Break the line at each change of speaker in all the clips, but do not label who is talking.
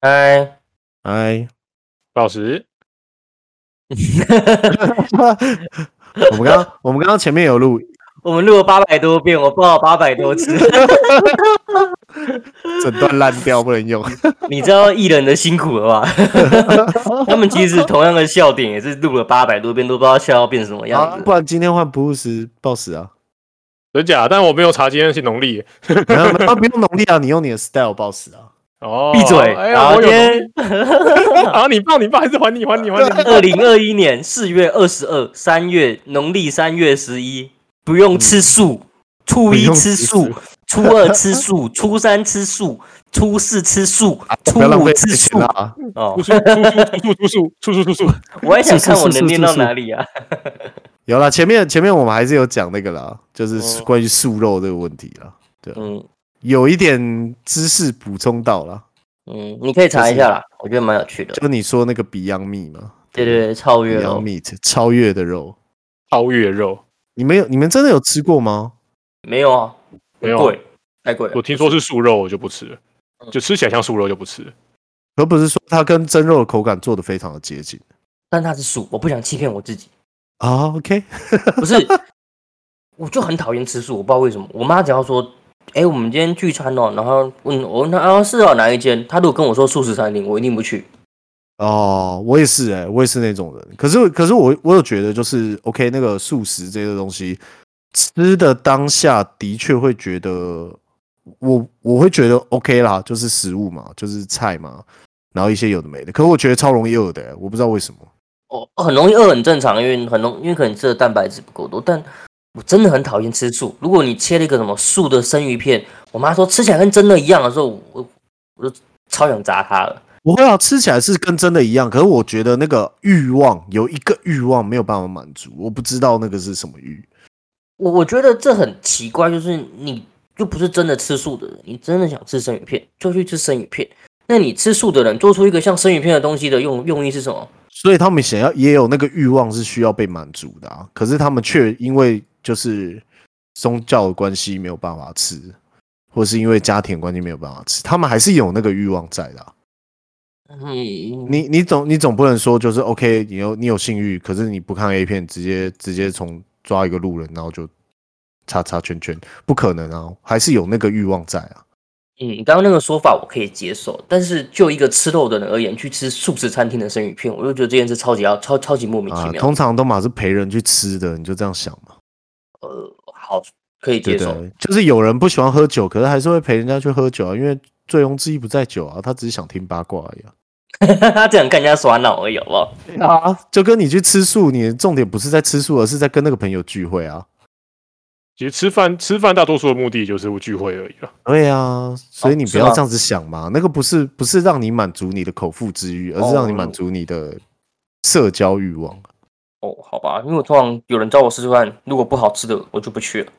嗨，
哎，
宝石，
我们刚刚我们刚刚前面有录，
我们录了八百多遍，我报了八百多 次。
整段烂掉不能用。
你知道艺人的辛 苦了吧？他们其实同样的笑点也是录了八百多遍，都不知道笑到变什么
啊
样，子。
不然今天换布鲁斯 boss 啊，
真假？但我没有查今天是农历。
没有没有不用努力啊，你用你的 style boss 啊。
哦，
闭嘴！
哎
然
呀，
后
我
今
有农
天
历 啊！你报，你报，还是还你，还你，还 你。
二零二一年四月二十二，三月农历三月十一，不用吃素，初
嗯
一
不用
吃
吃
素，初二吃素， 初三吃素，初四吃素，
啊
初
不要浪
五
费
吃
钱
素。
啊！
哦
出，书出书出书出书出书出书。
我还想
素
看我
素素
能练
素
到
素
哪里啊？
有啦，前面前面我们还是有讲那个啦，就是
哦
关于素肉这个问题啦，
嗯
有一点知识补充到啦，
嗯，你可以查一下啦，我觉得蛮有趣的。
就你说那个 Beyond Meat 嘛
对对对，超越了
，Beyond。Meat 超越的肉，
超越肉
你们有你们真的有吃过吗？
没有啊，
没有？
贵，太贵了
我。听说是素肉，我就不吃了，就吃起来像素肉就不吃了。
而不是说它跟真肉的口感做的非常的接近
但它是素，我不想欺骗我自己。
啊？OK，
不是， 我就很讨厌吃素，我不知道为什么。我妈只要说，哎、我们今天聚餐哦，然后问我问她啊是哦哪一间，她如果跟我说素食餐厅，我一定不去。
哦，我也是哎、我也是那种人。可是，可是我我有觉得，就是 OK，那个素食这些东西，吃的当下的确会觉得，我我会觉得 OK 啦，就是食物嘛，就是菜嘛，然后一些有的没的。可是我觉得超容易饿的、欸，我不知道为什么。
哦，很容易饿很正常，因为很容因为可能吃的蛋白质不够多，但我真的很讨厌吃素。如果你切了一个什么素的生鱼片，我妈说吃起来跟真的一样的时候，我我就超想砸她了。
不会啊，吃起来是跟真的一样，可是我觉得那个欲望有一个欲望没有办法满足，我不知道那个是什么欲。
我我觉得这很奇怪，就是你就不是真的吃素的人，你真的想吃生鱼片就去吃生鱼片。那你吃素的人做出一个像生鱼片的东西的用用意是什么？
所以他们想要也有那个欲望是需要被满足的啊，可是他们却因为就是宗教的关系没有办法吃，或是因为家庭的关系没有办法吃，他们还是有那个欲望在的啊、
嗯，你
你你总你总不能说就是 OK，你有你有性欲，可是你不看 A 片，直接直接从抓一个路人，然后就叉叉圈圈，不可能啊，还是有那个欲望在啊。
嗯，你刚刚那个说法我可以接受，但是就一个吃肉的人而言，去吃素食餐厅的生鱼片，我就觉得这件事超级要超超级莫名其
啊，
妙。
通常都嘛是陪人去吃的，你就这样想嘛，
呃，好，可以
对
接
不
受。
对？就是有人不喜欢喝酒，可是还是会陪人家去喝酒啊，因为醉翁之意不在酒啊，他只是想听八卦而已啊。
他这样跟人家耍脑而已，好不好？
啊，就跟你去吃素，你的重点不是在吃素，而是在跟那个朋友聚会啊。
其实吃饭吃饭大多数的目的就是聚会而已了。
对啊，所以你
哦是
不要
吗
这样子想嘛，那个不是不是让你满足你的口腹之欲，而是让你满
哦
足你的社交欲望。
哦，好吧，因为我通常有人找我吃吃饭，如果不好吃的我就不去了。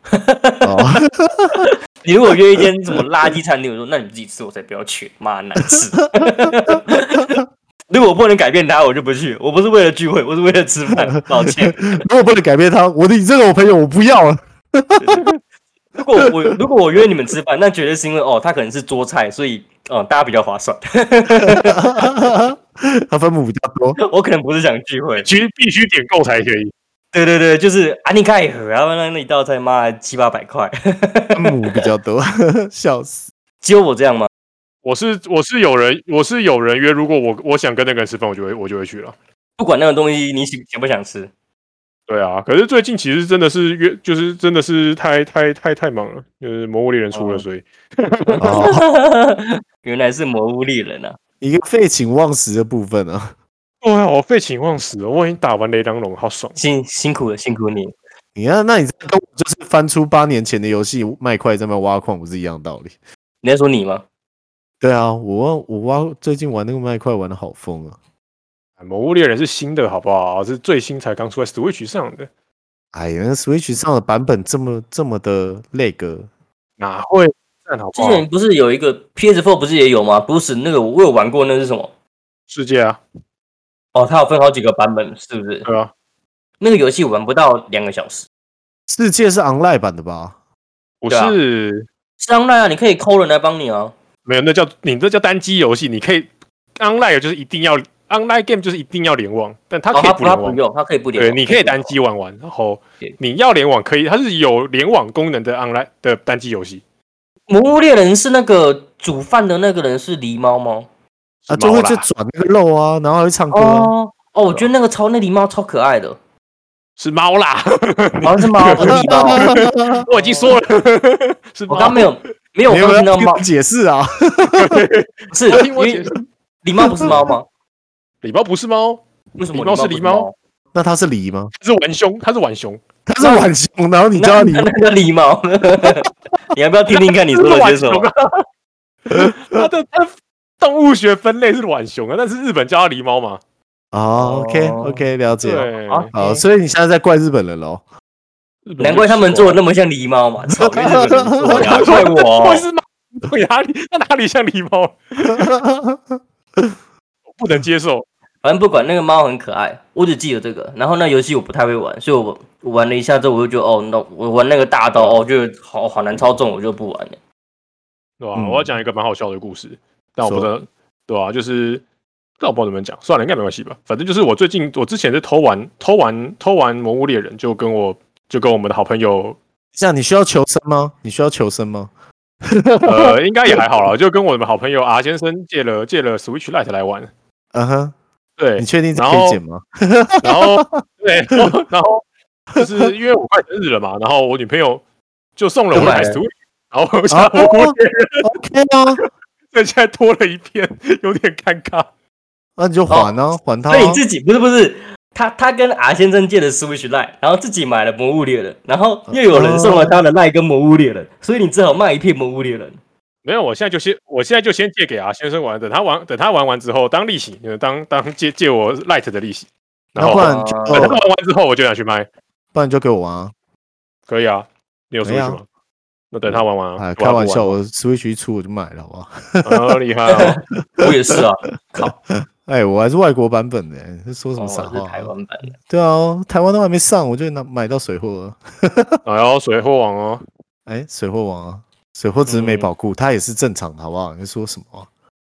哦
你如果约一间什么垃圾餐厅，我说那你自己吃，我才不要 去，妈难吃。如果我不能改变他，我就不去。我不是为了聚会，我是为了 吃饭。抱歉，
如果不能改变他，我的你这个我朋友我不要了。
如果我如果我约你们吃饭，那绝对是因为哦，他可能是桌菜，所以哦、大家比较划算。
他分母比较多，
我可能不是想聚会。
其实必须点够才可以。
对对对，就是啊，你开盒啊，那那一道菜妈七八百块，
分母比较多， 笑死。
只有我这样吗？
我是我是有人我是有人约，如果我我想跟那个人吃饭，我就会我就会去了。
不管那个东西你喜想不想吃，
对啊，可是最近其实真的是约，就是真的是太太太太忙了，就是《魔物猎人》出了，
哦
所以
哦，
原来是魔物猎人啊！
一个废寝忘食的部分啊，
对啊，我废寝忘食了，我已经打完雷狼龙，好爽。
辛辛苦了，辛苦你。
你看，那你在跟我就是翻出八年前的游戏卖块在那边挖矿，不是一样道理？
你在说你吗？
对啊，我挖我挖最近玩那个麦块玩的好疯啊！
哎魔物猎人是新的，好不好？是最新才刚出来 Switch 上的，
哎呀，那 Switch 上的版本这么这么的那个，
哪会赞好不
之
好？
前不是有一个 PS4 不是也有吗？不是那个我有玩过，那是什么？
世界啊，
哦，它有分好几个版本，是不是？
对啊，
那个游戏玩不到两个小时。
世界是 online 版的吧？
不
对啊
是、
当然啊，你可以抠人来帮你啊。
没有，那叫你这叫单机游戏，你可以 online 就是一定要 online game 就是一定要联网，但它
哦，
可以
它
不
它
联
不
网，
用，它可以不连
对，
网。
你可以单机玩玩，然后
对
你要联网可以，它是有联网功能的 online 的单机游戏
魔物猎人是那个煮饭的那个人是狸猫吗？
啊，
是
就会
猫
去
啦
转那个肉啊，然后还会唱歌啊、
哦哦，我觉得那个超那狸猫超可爱的，
是猫啦，
好像是猫，不是狸猫。
我已经说了 是
我
猫，
刚没有没有，我
你有
刚
没
听到
有
猫
要，解释啊？
不是
我
因
听我
为
解释
狸猫不是猫吗？
礼包不是猫，
为什么
狸猫是
不
狸猫
猫？
那他是梨吗？
它是玩凶，它是玩凶，
他是浣熊，然后你
那
叫他梨
那那个狸猫，你要不要听听看你说了些什么？
它的它的动物学分类是浣熊啊，但是日本叫它狸猫嘛，
哦 OK OK，了解。
对，
啊
好，所以你现在在怪日本人喽？
日本就
难怪他们
奇
做
怪
的那么像狸猫嘛，操，原来日本人做的啊怪我
我
哦。
是猫，我哪里那哪里像狸猫？我不能接受。
反正不管那个猫很可爱，我只记得这个。然后那游戏我不太会玩，所以我我玩了一下之后，我就觉得哦，那我玩那个大刀，哦，就好好难操纵，我就不玩了。
对吧、
嗯
我要讲一个蛮好笑的故事，但我不知
说
道，对吧、就是但我不知道怎么讲，算了，应该没关系吧。反正就是我最近，我之前是偷玩、偷玩、偷玩《魔物猎人》，就跟我就跟我们的好朋友，
这样你需要求生吗？你需要求生吗？
呃，应该也还好啦，就跟我们好朋友 R 先生借了借了 Switch Lite 来玩。
嗯哼，
对
你，确定这
然
可以
后
剪吗？
然 后对，然后然后就是因为我快生日了嘛，然后我女朋友就送了我一台
就买了
Switch，然后我想
啊
《魔物猎人》
，OK 啊，
所以现在多了一片，有点尴尬。
那你就还啊，还他啊
所。以你自己不是不是，他他跟 R 先生借了 Switch Lite，然后自己买了魔物猎人，然后又有人送了他的 Lite 跟魔物猎人，所以你只好卖一片魔物猎人。
没有，我现在就先，我现在就先借给阿先生玩，等他玩，等他玩完之后当利息，呃当当借借我 light 的利息，然
那
后
不然
哦
就
等他玩完之后我就想去卖，
不然就给我玩啊！
可以啊，你有
可以
switch
啊
吗？那等他玩完啊
哎，，开玩笑，
不
我 Switch 一出我就买了，好不好？
玩，不玩啊厉害哦，
我也是啊，
哎，我还是外国版本的，你在说什么
哦我
傻
是
话
台
啊？
湾版的，
对啊，台湾都还没上，我就拿买到水货了。
然后哎水货网哦，
哎，水货王啊，水货只是没
嗯
保固，它也是正常的，好不好？你在说什么啊？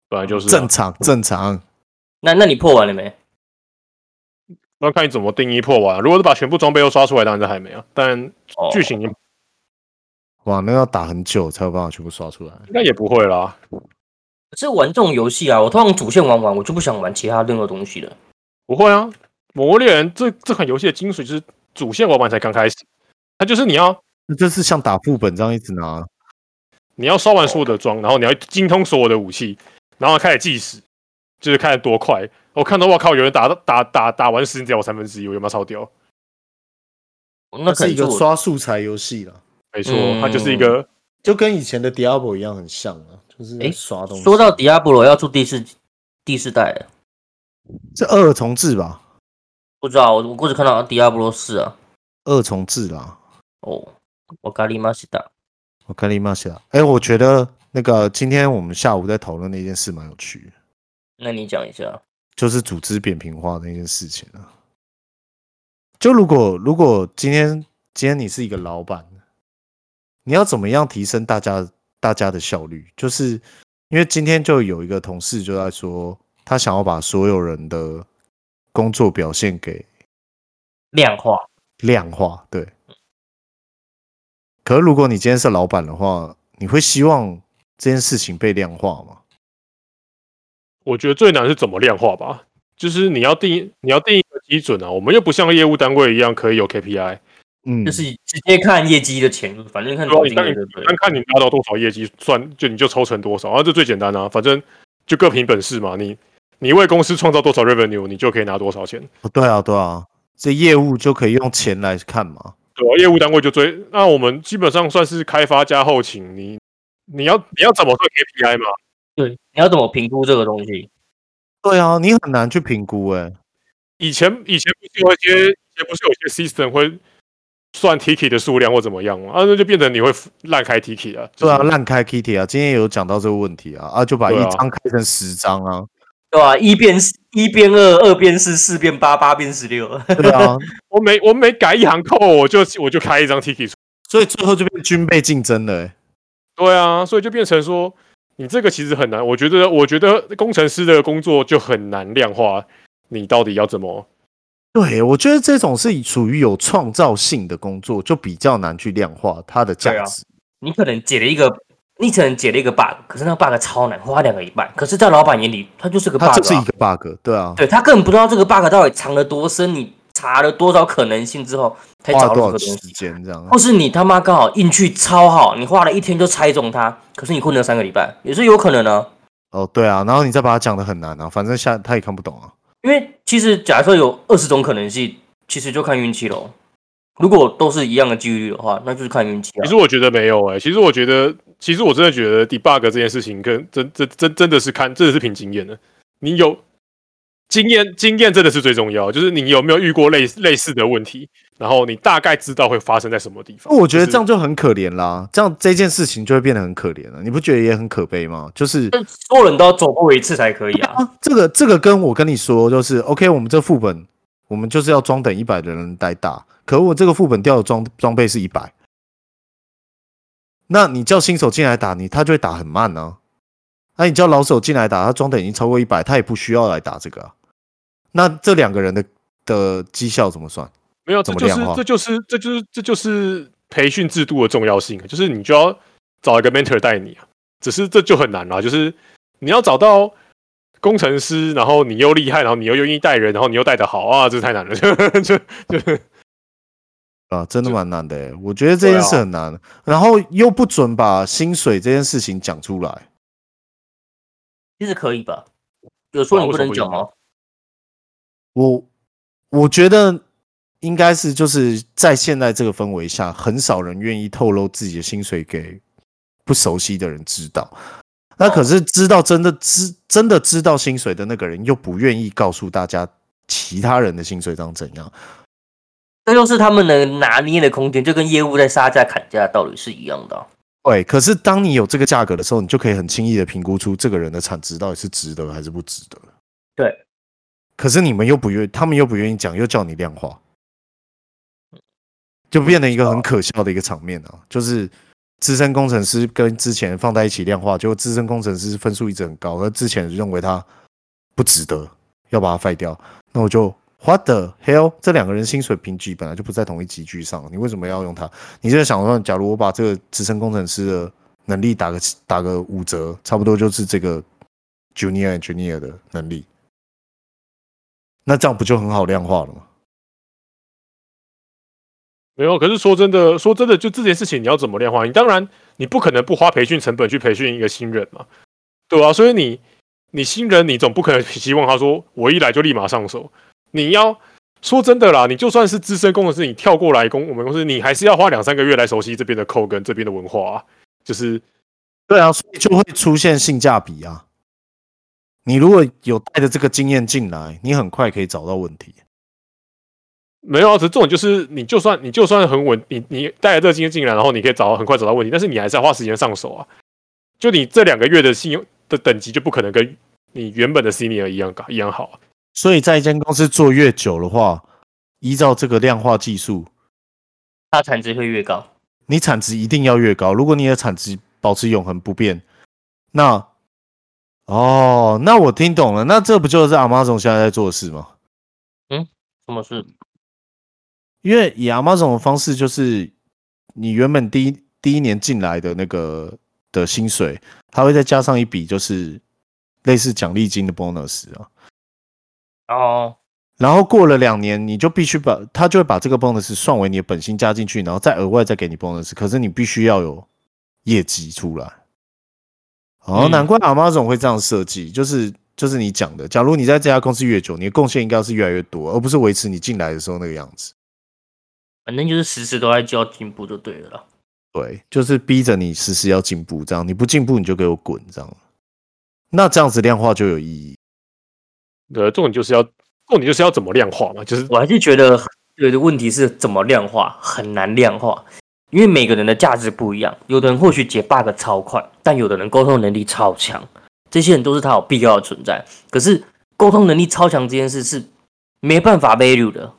本来就是啊
正，常，正常。
那那你破完了没？
那看你怎么定义破网啊。如果是把全部装备都刷出来，当然是还没啊，但
哦
剧情应
哇，那要打很久才有办法全部刷出来。
该也不会啦。
可是玩这种游戏啊，我通常主线玩完，我就不想玩其他任何东西了。
不会啊，《魔物猎人》这这款游戏的精髓就是主线玩完才刚开始，它就是你要
那就是像打副本这样一直拿，
你要刷完所有的装，然后你要精通所有的武器，然后开始计时，就是看多快。我看到我靠，有人打打打打完时间只有三分之一，我有没有超屌？
那可
是
能
一个
我
刷素材游戏了，
没错，
嗯
它就是一个
就跟以前的 Diablo 一样很像啊，就是在
哎
刷东西。
说到 Diablo 要出第四第四代了，
是二重制吧？
不知道我我只看到 Diablo 四啊。
二重制啦，
哦，我咖喱马西达。
我跟你妈写了。哎，我觉得那个今天我们下午在讨论那件事蛮有趣的，
那你讲一下，
就是组织扁平化那件事情啊。就如果如果今天今天你是一个老板，你要怎么样提升大家大家的效率？就是因为今天就有一个同事就在说，他想要把所有人的工作表现给
量化
量化，对。可是如果你今天是老板的话，你会希望这件事情被量化吗？
我觉得最难是怎么量化吧，就是你要定你要定一个基准啊。我们又不像业务单位一样可以有 KPI，
嗯，
就是直接看业绩的钱，反正看
对吧啊
总
你
经
当
理
你
对不对
单？看你拿到多少业绩算，就你就抽成多少啊，这最简单啊，反正就各凭本事嘛。你你为公司创造多少 revenue，你就可以拿多少钱。
哦对啊，对啊，这业务就可以用钱来看嘛。
对、啊，业务单位就追。那我们基本上算是开发加后勤，你你要你要怎么算 KPI 嘛？
对，你要怎么评估这个东西？
对啊，你很难去评估哎、
以前以前不是有一些，以前不是有一些 system 会算 ticket 的数量或怎么样吗？啊，那就变成你会烂开 ticket 啊。
对啊，
就是
烂开 Kitty 啊，今天有讲到这个问题啊，啊就把一
对啊
张开成十张啊，
对吧、一变四一变二，二变四，四变八，八变十六。
对啊，
我每我每改一行扣，我就我就开一张 ticket 出。
所以最后就变军备竞争了、欸。
对啊，所以就变成说，你这个其实很难。我觉得，我觉得工程师的工作就很难量化，你到底要怎么？
对，我觉得这种是属于有创造性的工作，就比较难去量化它的价
对啊
值。
你可能解了一个，你可能解了一个 bug，可是那个 bug 超难，花两个礼拜。可是，在老板眼里，它就是个 bug，、
它
啊、
就是一个 bug，对啊，
对他根本不知道这个 bug 到底藏了多深，你查了多少可能性之后，才
花
找
了
到
多
这
少
个
时
东西。哦
间这样？
或是你他妈刚好运气超好，你花了一天就猜中它，可是你混了三个礼拜，也是有可能的、啊。
哦，对啊，然后你再把它讲的很难啊，反正下他也看不懂啊。
因为其实假设有二十种可能性，其实就看运气喽。如果都是一样的几率的话，那就是看运气
其
啊
实。我觉得没有哎、其实我觉得，其实我真的觉得 debug 这件事情跟真真真真的是看，真的是凭经验的。你有经验，经验真的是最重要。就是你有没有遇过类类似的问题，然后你大概知道会发生在什么地方。
那我觉得这
就是
样就很可怜啦，这样这件事情就会变得很可怜了，你不觉得也很可悲吗？就是
但所有人都要走过一次才可以啊。
啊，这个这个跟我跟你说，就是 OK，我们这副本我们就是要装等一百的人来打，可我这个副本掉的装装备是一百，那你叫新手进来打你，他就会打很慢呢、那、你叫老手进来打，他装等已经超过一百，他也不需要来打这个、啊。那这两个人的的绩效怎么算？
没有，
怎
这
么
就是
量啊化
这就是这就是这就是培训制度的重要性，啊就是你就要找一个 mentor 带你啊。只是这就很难啦，就是你要找到工程师，然后你又厉害，然后你又愿意带人，然后你又带的好啊，这太难了， 就就就
啊，真的蛮难的欸、我觉得这件事很难，然后又不准把薪水这件事情讲出来。
其实可以吧？有说你不能讲哦吗？
我我觉得应该是就是在现在这个氛围下，很少人愿意透露自己的薪水给不熟悉的人知道。那可是知道真的知真的知道薪水的那个人，又不愿意告诉大家其他人的薪水长怎样。
这就是他们能拿捏的空间，就跟业务在杀价砍价的道理是一样的啊、
对，可是当你有这个价格的时候，你就可以很轻易的评估出这个人的产值到底是值得还是不值得。
对，
可是你们又不愿，他们又不愿意讲，又叫你量化，就变成一个很可笑的一个场面啊！就是资深工程师跟之前放在一起量化，结果资深工程师分数一直很高，而之前认为他不值得，要把他废掉。那我就 what the hell？这两个人薪水评级本来就不在同一级距上，你为什么要用他？你就在想说，假如我把这个资深工程师的能力打个打个五折，差不多就是这个 junior engineer 的能力，那这样不就很好量化了吗？
没有。可是说真的，说真的，就这件事情你要怎么量化？你当然你不可能不花培训成本去培训一个新人嘛，对啊，所以你你新人，你总不可能希望他说我一来就立马上手。你要说真的啦，你就算是资深工程师，你跳过来工我们公司，你还是要花两三个月来熟悉这边的扣跟这边的文化、啊，就是
对啊，所以就会出现性价比啊。你如果有带着这个经验进来，你很快可以找到问题。
没有啊，只是这种就是你就算你就算很稳，你你带了这个经验进来，然后你可以找到很快找到问题，但是你还是要花时间上手啊。就你这两个月的信用的等级就不可能跟你原本的 senior 一样高一样好、啊。
所以在一间公司做越久的话，依照这个量化技术，
它产值会越高。
你产值一定要越高。如果你的产值保持永恒不变，那哦，那我听懂了，那这不就是阿妈总现在在做的事吗？
什么事？
因为以阿妈总的方式，就是你原本第一第一年进来的那个的薪水，他会再加上一笔就是类似奖励金的 bonus 啊。
哦，
然后过了两年，你就必须把他就会把这个 bonus 算为你的本薪加进去，然后再额外再给你 bonus。可是你必须要有业绩出来。哦，
嗯
难怪阿妈总会这样设计，就是就是你讲的，假如你在这家公司越久，你的贡献应该是越来越多，而不是维持你进来的时候那个样子。
反正就是时时都在就要进步就对了啦。
对，就是逼着你时时要进步，这样你不进步你就给我滚，这样。那这样子量化就有意义。
呃，重点就是要重点就是要怎么量化嘛，就是
我还是觉得有的问题是怎么量化，很难量化，因为每个人的价值不一样。有的人或许解 bug 超快，但有的人沟通能力超强，这些人都是他有必要的存在。可是沟通能力超强这件事是没办法 value 的，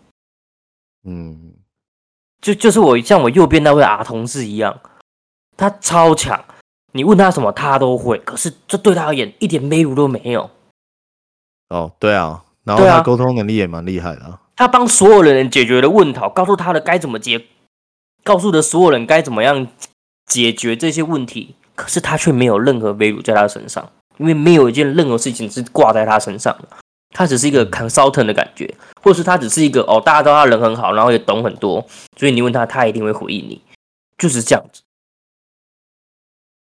嗯，
就就是我像我右边那位阿同事一样，他超强，你问他什么他都会，可是这对他而言一点 value 都没有。
哦，对啊，然后
对啊
他沟通能力也蛮厉害的啊、
他帮所有的人解决了问题，告诉他的该怎么解，告诉的所有人该怎么样解决这些问题，可是他却没有任何 value 在他身上，因为没有一件任何事情是挂在他身上的，他只是一个 consultant 的感觉，或是他只是一个哦，大家都知道他人很好，然后也懂很多，所以你问他，他一定会回应你，就是这样子。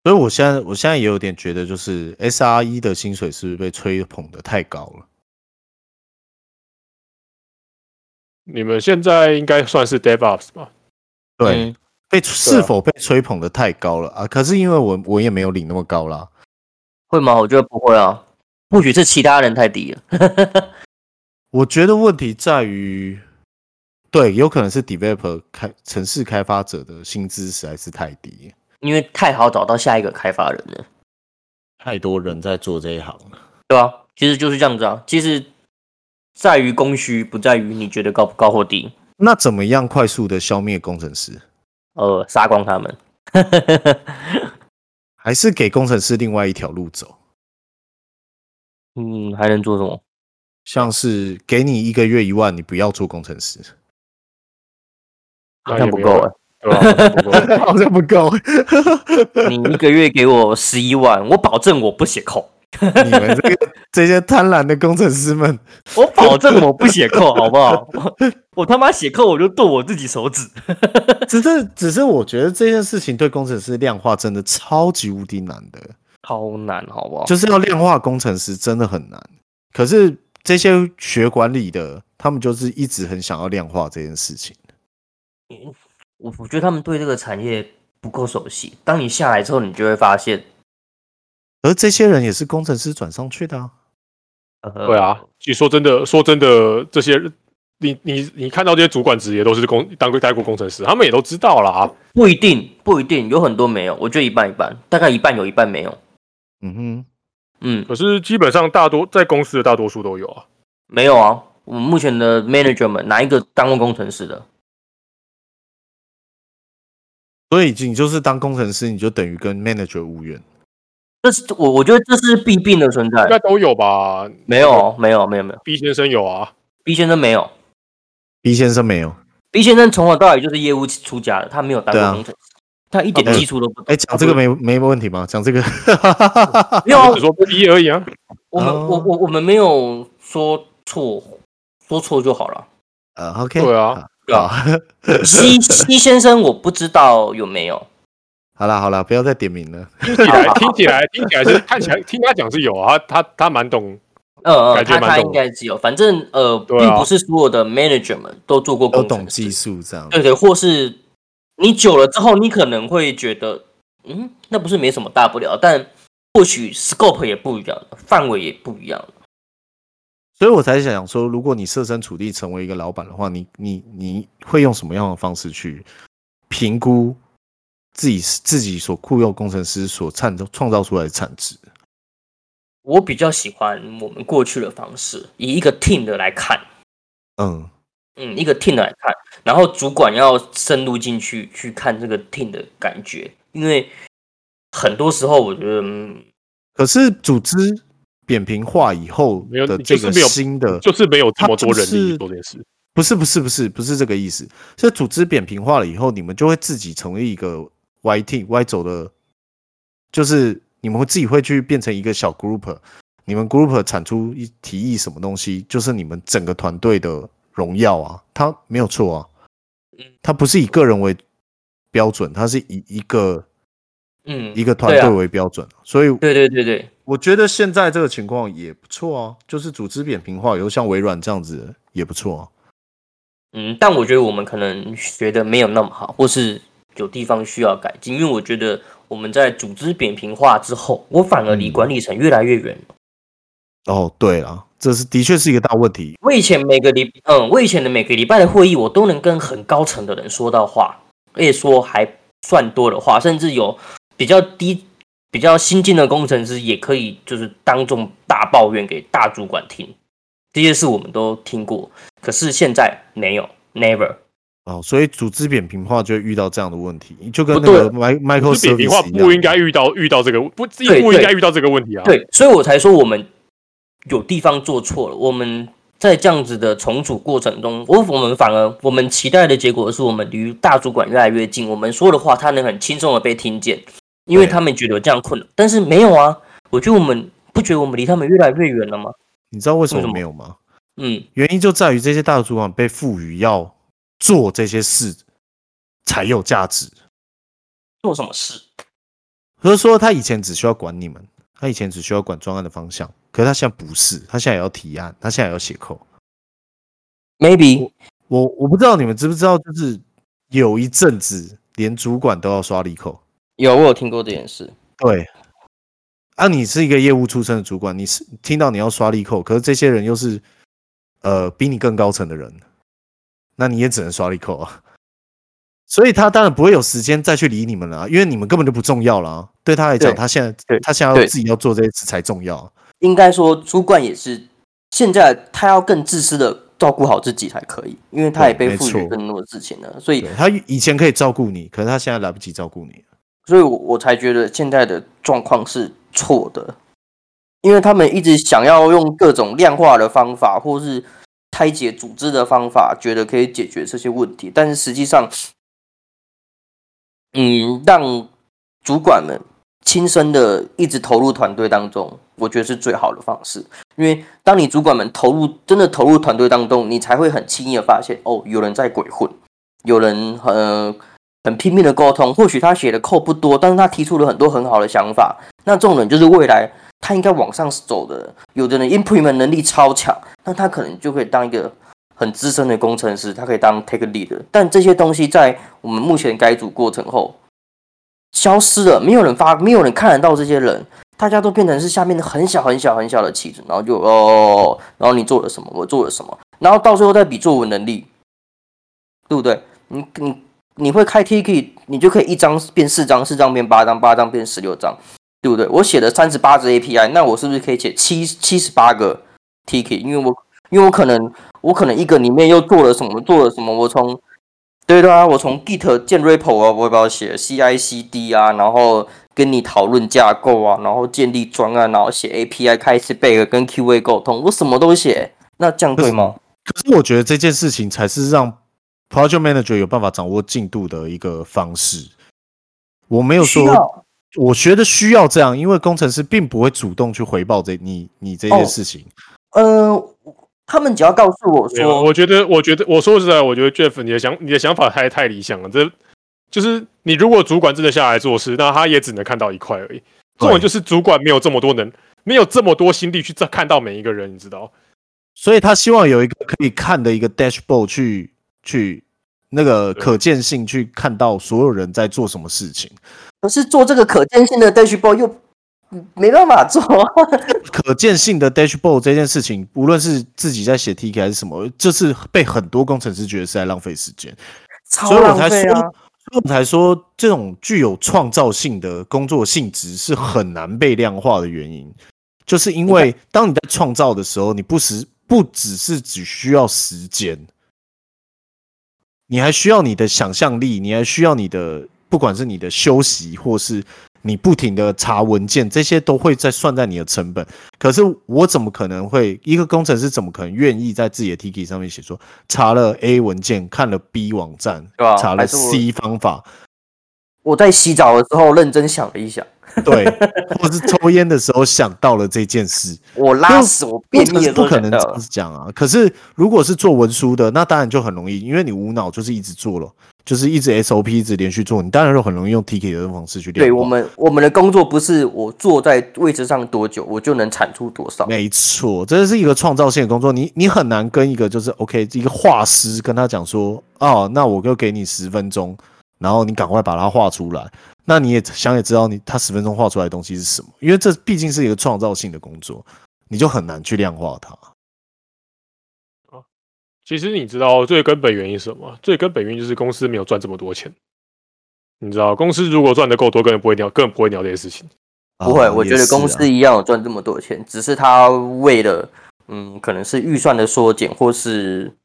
所以我现在我现在也有点觉得，就是 S R E 的薪水是不是被吹捧的太高了？
你们现在应该算是 DevOps 吧？
对，啊
嗯
被是否被吹捧的太高了啊？可是因为我我也没有领那么高啦，
会吗？我觉得不会啊，或许是其他人太低了。
我觉得问题在于，对，有可能是 developer 开城市开发者的薪资实在是太低，
因为太好找到下一个开发人了。
太多人在做这一行了。
对啊，其实就是这样子啊。其实在于供需，不在于你觉得高不高或低。
那怎么样快速的消灭工程师？
呃，杀光他们。
还是给工程师另外一条路走，
嗯，还能做什么？
像是给你一个月一万，你不要做工程师，
那
好像
也
不
没有啊
够 哎、
对吧？不够
好像不够。
你一个月给我十一万，我保证我不写扣，
你们这个这些贪婪的工程师们，
我保证我不写扣，好不好？ 我我他妈写扣我就剁我自己手指。
只是只是我觉得这件事情对工程师量化真的超级无敌难的，
超难，好不好？
就是要量化工程师真的很难。可是这些学管理的，他们就是一直很想要量化这件事情。
我我觉得他们对这个产业不够熟悉。当你下来之后，你就会发现，
而这些人也是工程师转上去的啊，
呃，
对啊，其实说真的，说真的，这些你你你看到这些主管职也都是工当过待过工程师，他们也都知道啦。啊
不一定，不一定，有很多没有，我觉得一半一半，大概一半有一半没有。
嗯哼，
嗯，
可是基本上大多在公司的大多数都有啊。
没有啊，我们目前的 manager 们哪一个当过工程师的？
所以你就是当工程师，你就等于跟 manager 无缘。
这是我我觉得这是弊病的存
哎
应该
在。
都有吧
没有，哦没有，没有，没有
？B 先生有啊，
，B 先生没有
B 先生没有。
，B 先生从头到尾就是业务出家的，他没有当
对
过
啊
工程师，他一点
啊不是
基础都不懂。
哎，讲这个没没问题吗？讲这个，
没有啊
我只，说不一而已啊。
我们我我我们没有说错，说错就好了。
呃，OK，
对啊，
对啊
好，
C C 先生我不知道有没有，
好啦好啦，不要再点名了。
听起
啊
来听起来听起来是 看起来听他讲是有啊，他他他蛮懂。
呃呃，
感觉
他
蛮
他
懂
应该只有，反正呃，
对
并
啊
不是所有的 manager 们都做过
都
工
懂
程师
技。术这样。
对对，或是你久了之后，你可能会觉得，嗯，那不是没什么大不了，但或许 scope 也不一样了，范围也不一样了。
所以我才想说，如果你设身处地成为一个老板的话，你你你会用什么样的方式去评估自己自己所雇佣工程师所创造创造出来的产值？
我比较喜欢我们过去的方式，以一个 team 的来看，
嗯，
嗯，一个 team 的来看，然后主管要深入进去去看这个 team 的感觉，因为很多时候我觉得，嗯，
可是组织扁平化以后
没有
的
你
这
就是
个
没有
新的，
就是没有这
他
么多
就
人力
是
做这件事。
不是不是不是不是这个意思，是组织扁平化了以后，你们就会自己成为一个 Y T Y 走的，就是你们会自己会去变成一个小 group，你们 group 产出一提议什么东西，就是你们整个团队的荣耀啊，它没有错啊
嗯，
它不是以个人为标准，它是以一个
嗯，
一个团
对啊
队为标准，所以
对对对对，
我觉得现在这个情况也不错啊，就是组织扁平化，以后像微软这样子也不错啊。
嗯，但我觉得我们可能学的没有那么好，或是有地方需要改进，因为我觉得我们在组织扁平化之后，我反而离管理层越来越远。
哦，对了，这是的确是一个大问题。
我以前每个礼，嗯，我以前的每个礼拜的会议，我都能跟很高层的人说到话，而且说还算多的话，甚至有比较低、比较新进的工程师也可以，就是当众大抱怨给大主管听。这些事我们都听过，可是现在没有，never。
哦，所以组织扁平化就会遇到这样的问题，就跟
不
那
对
个 Mi-
就
Michael
是扁平化
Service 一样
不应该遇到遇到这个不自己
对
不应
对
该遇到这个问题啊。
对，所以我才说我们有地方做错了。我们在这样子的重组过程中，我我们反而我们期待的结果是我们离大主管越来越近，我们说的话他能很轻松的被听见，因为
对
他们觉得有这样困难。但是没有啊，我觉得我们不觉得我们离他们越来越远了吗？
你知道为什
为什
么
么
没有吗？
嗯，
原因就在于这些大主管被赋予要做这些事才有价值。
做什么事？
可是说他以前只需要管你们，他以前只需要管专案的方向，可是他现在不是，他现在也要提案，他现在也要写扣。
Maybe
我我不知道你们知不知道，就是有一阵子连主管都要刷利扣。
有，我有听过这件事。
对，啊，你是一个业务出身的主管，你是听到你要刷利扣，可是这些人又是呃比你更高层的人，那你也只能刷利扣啊。所以他当然不会有时间再去理你们了啊、因为你们根本就不重要了啊、对他来讲，
对
他现在
对
他现在要
对
自己要做这些事才重要啊、
应该说，主管也是现在他要更自私的照顾好自己才可以，因为他也
对
被
没
赋
错
予更多的事情了，所以
对他以前可以照顾你，可是他现在来不及照顾你。啊
所以我我才觉得现在的状况是错的，因为他们一直想要用各种量化的方法，或是拆解组织的方法，觉得可以解决这些问题，但是实际上，嗯，让主管们亲身的一直投入团队当中，我觉得是最好的方式。因为当你主管们投入真的投入团队当中，你才会很轻易的发现，哦，有人在鬼混，有人呃很拼命的沟通，或许他写的扣不多，但是他提出了很多很好的想法。那这种人就是未来他应该往上走的人。有的人 implement 能力超强，那他可能就可以当一个很资深的工程师，他可以当 take lead。但这些东西在我们目前改组过程后消失了，没有人发，没有人看得到这些人。大家都变成是下面的很小很小很小的棋子，然后就哦哦，哦然后你做了什么，我做了什么，然后到最后再比作文能力，对不对？你你你会开 T K，你就可以一张变四张，四张变八张，八张变十六张，对不对？我写了三十八支 API，那我是不是可以写七七十八个 T K？因为我因为我可能我可能一个里面又做了什么，做了什么，我从对的啊，我从 Git 建 repo 啊，我也不知道写 C I C D 啊，然后跟你讨论架构啊，然后建立专案，然后写 API 开始 bug 跟 QA 沟通，我什么都写，那这样对吗？
可是我觉得这件事情才是让 project manager 有办法掌握进度的一个方式。我没有
需
说，
要
我觉得需要这样，因为工程师并不会主动去回报这你你这件
哦
事情。
呃，他们只要告诉我
没有
说，
我觉得，我觉得，我说实在，我觉得 Jeff 你的想你的想法太太理想了。这就是你如果主管真的下来做事，那他也只能看到一块而已。重点就是主管没有这么多能，没有这么多心力去再看到每一个人，你知道？
所以他希望有一个可以看的一个 dashboard 去去那个
对
可见性去看到所有人在做什么事情。
可是做这个可见性的 dashboard 又嗯没办法做 啊，
可见性的 dashboard 这件事情，无论是自己在写 TK 还是什么，就是被很多工程师觉得是在浪费时间，
超
所以我
浪
才
费
说，
啊！
所以我才说这种具有创造性的工作性质是很难被量化的原因，就是因为当你在创造的时候，你不时不只是只需要时间，你还需要你的想象力，你还需要你的，不管是你的休息，或是你不停的查文件，这些都会在算在你的成本。可是我怎么可能会一个工程师怎么可能愿意在自己的 Tiki 上面写说查了 A 文件，看了 B 网站，
对啊
查了
还是我
C 方法，
我在洗澡的时候认真想了一想，
对，或者是抽烟的时候想到了这件事，
我拉屎，我便秘的时
不
候
可
想
能
到
这
了
样，子讲啊。可是如果是做文书的，那当然就很容易，因为你无脑就是一直做了，就是一直 SOP 一直连续做，你当然就很容易用 TK 的方式去量化。
对我们我们的工作不是我坐在位置上多久，我就能产出多少。
没错，这是一个创造性的工作，你你很难跟一个就是 OK 一个画师跟他讲说，哦，那我就给你十分钟，然后你赶快把它画出来。那你也想也知道你他十分钟画出来的东西是什么，因为这毕竟是一个创造性的工作，你就很难去量化它。
其实你知道最根本原因是什么？最根本原因就是公司没有赚这么多钱。你知道，公司如果赚的够多，根本不会聊，根本不会聊这些事情。
不会，
啊
我觉得公
也
司
是啊
一样有赚这么多钱，只是他为了嗯，可能是预算的缩减，或是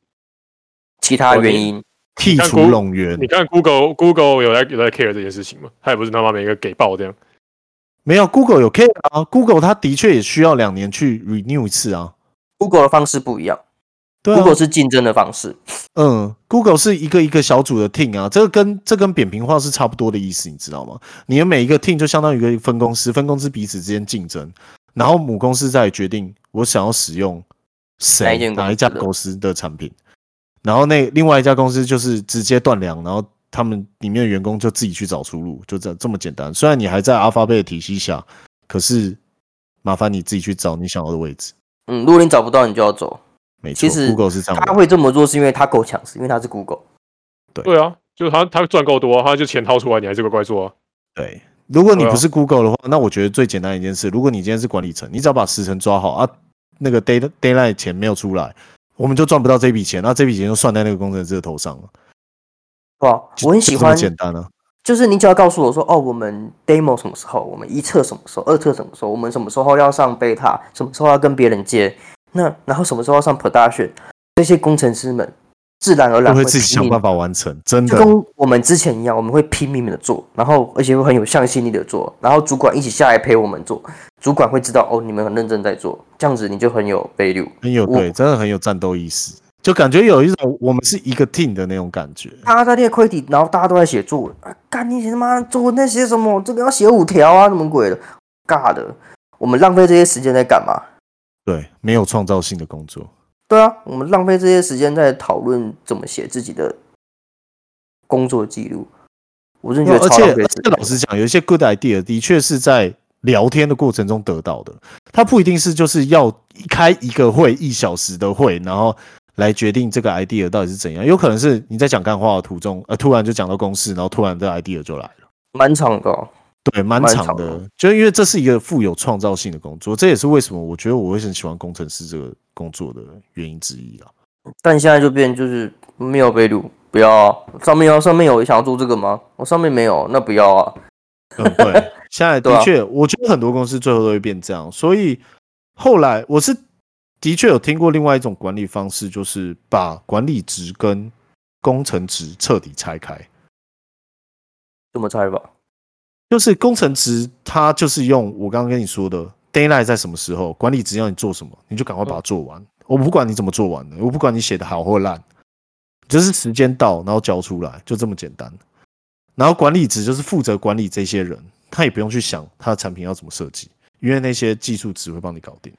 其他
哦你
原因。
剔除冗员
你，看 Google Google 有在有在 care 这件事情吗？他也不是他妈每个给爆这样。
没有 Google 有 care 啊，Google 它的确也需要两年去 renew 一次啊。
Google 的方式不一样、
对
g
啊
o o g l e 是竞争的方式。
嗯，Google 是一个一个小组的 team 啊，这个跟这跟扁平化是差不多的意思，你知道吗？你的每一个 team 就相当于一个分公司，分公司彼此之间竞争，然后母公司再决定我想要使用
哪
谁
一间公司的
哪一家公司的产品，然后那另外一家公司就是直接断粮，然后他们里面的员工就自己去找出路，就这这么简单。虽然你还在 Alphabet 体系下，可是麻烦你自己去找你想要的位置。
嗯，如果你找不到，你就要走。
没错
其实
，Google 是这样的
他。会这么做是因为他够强势，因为他是 Google。
对
对啊，就是他他赚够多、啊，他就钱掏出来，你还是乖乖做啊。
对，如果你
对啊
不是 Google 的话，那我觉得最简单一件事，如果你今天是管理层，你只要把时辰抓好啊，那个 day d a y l i g h t 钱没有出来，我们就赚不到这笔钱，那这笔钱就算在那个工程师的头上了。
哇，
就
我很
就
喜
这么
欢，
简单啊。
就是你只要告诉我说，哦，我们 demo 什么时候，我们一测什么时候，二测什么时候，我们什么时候要上 beta，什么时候要跟别人接，那然后什么时候要上 production，这些工程师们自然而
就
然
会
会
自己
拼
想
命
办法完成，真
就
的。
跟我们之前一样，我们会拼命的做，然后而且会很有向心力的做，然后主管一起下来陪我们做，主管会知道哦，你们很认真在做，这样子你就很有 value。
很有对，
我
真的很有战斗意识，就感觉有一种我们是一个 team 的那种感觉。
大家在列亏底，然后大家都在写作文啊，干你写他妈作文在写什么？这个要写五条啊，什么鬼的？尬的，我们浪费这些时间在干嘛？
对，没有创造性的工作。
对啊，我们浪费这些时间在讨论怎么写自己的工作记录，我真的觉得
而
超
且
浪费
而
时
且老
间。
实讲，有一些 good idea 的确是在聊天的过程中得到的，它不一定是就是要开一个会一小时的会，然后来决定这个 idea 到底是怎样。有可能是你在讲干话的途中，呃，突然就讲到公式，然后突然这 idea 就来了。
蛮长的、哦，
对，蛮
蛮
长
长
的
的，
就因为这是一个富有创造性的工作，这也是为什么我觉得我会很喜欢工程师这个工作的原因之一啊啦。
但现在就变就是没有被录，不要啊、上面要上面有想要做这个吗？我上面没有，那不要啊。
嗯，对，现在
对
的
啊
确，我觉得很多公司最后都会变这样，所以后来我是的确有听过另外一种管理方式，就是把管理职跟工程职彻底拆开。
这么猜吧，
就是工程职，它就是用我刚刚跟你说的 d a y l i g h t 在什么时候，管理职要你做什么，你就赶快把它做完。我不管你怎么做完的，我不管你写的好或烂，就是时间到，然后交出来，就这么简单。然后管理职就是负责管理这些人，他也不用去想他的产品要怎么设计，因为那些技术职会帮你搞定。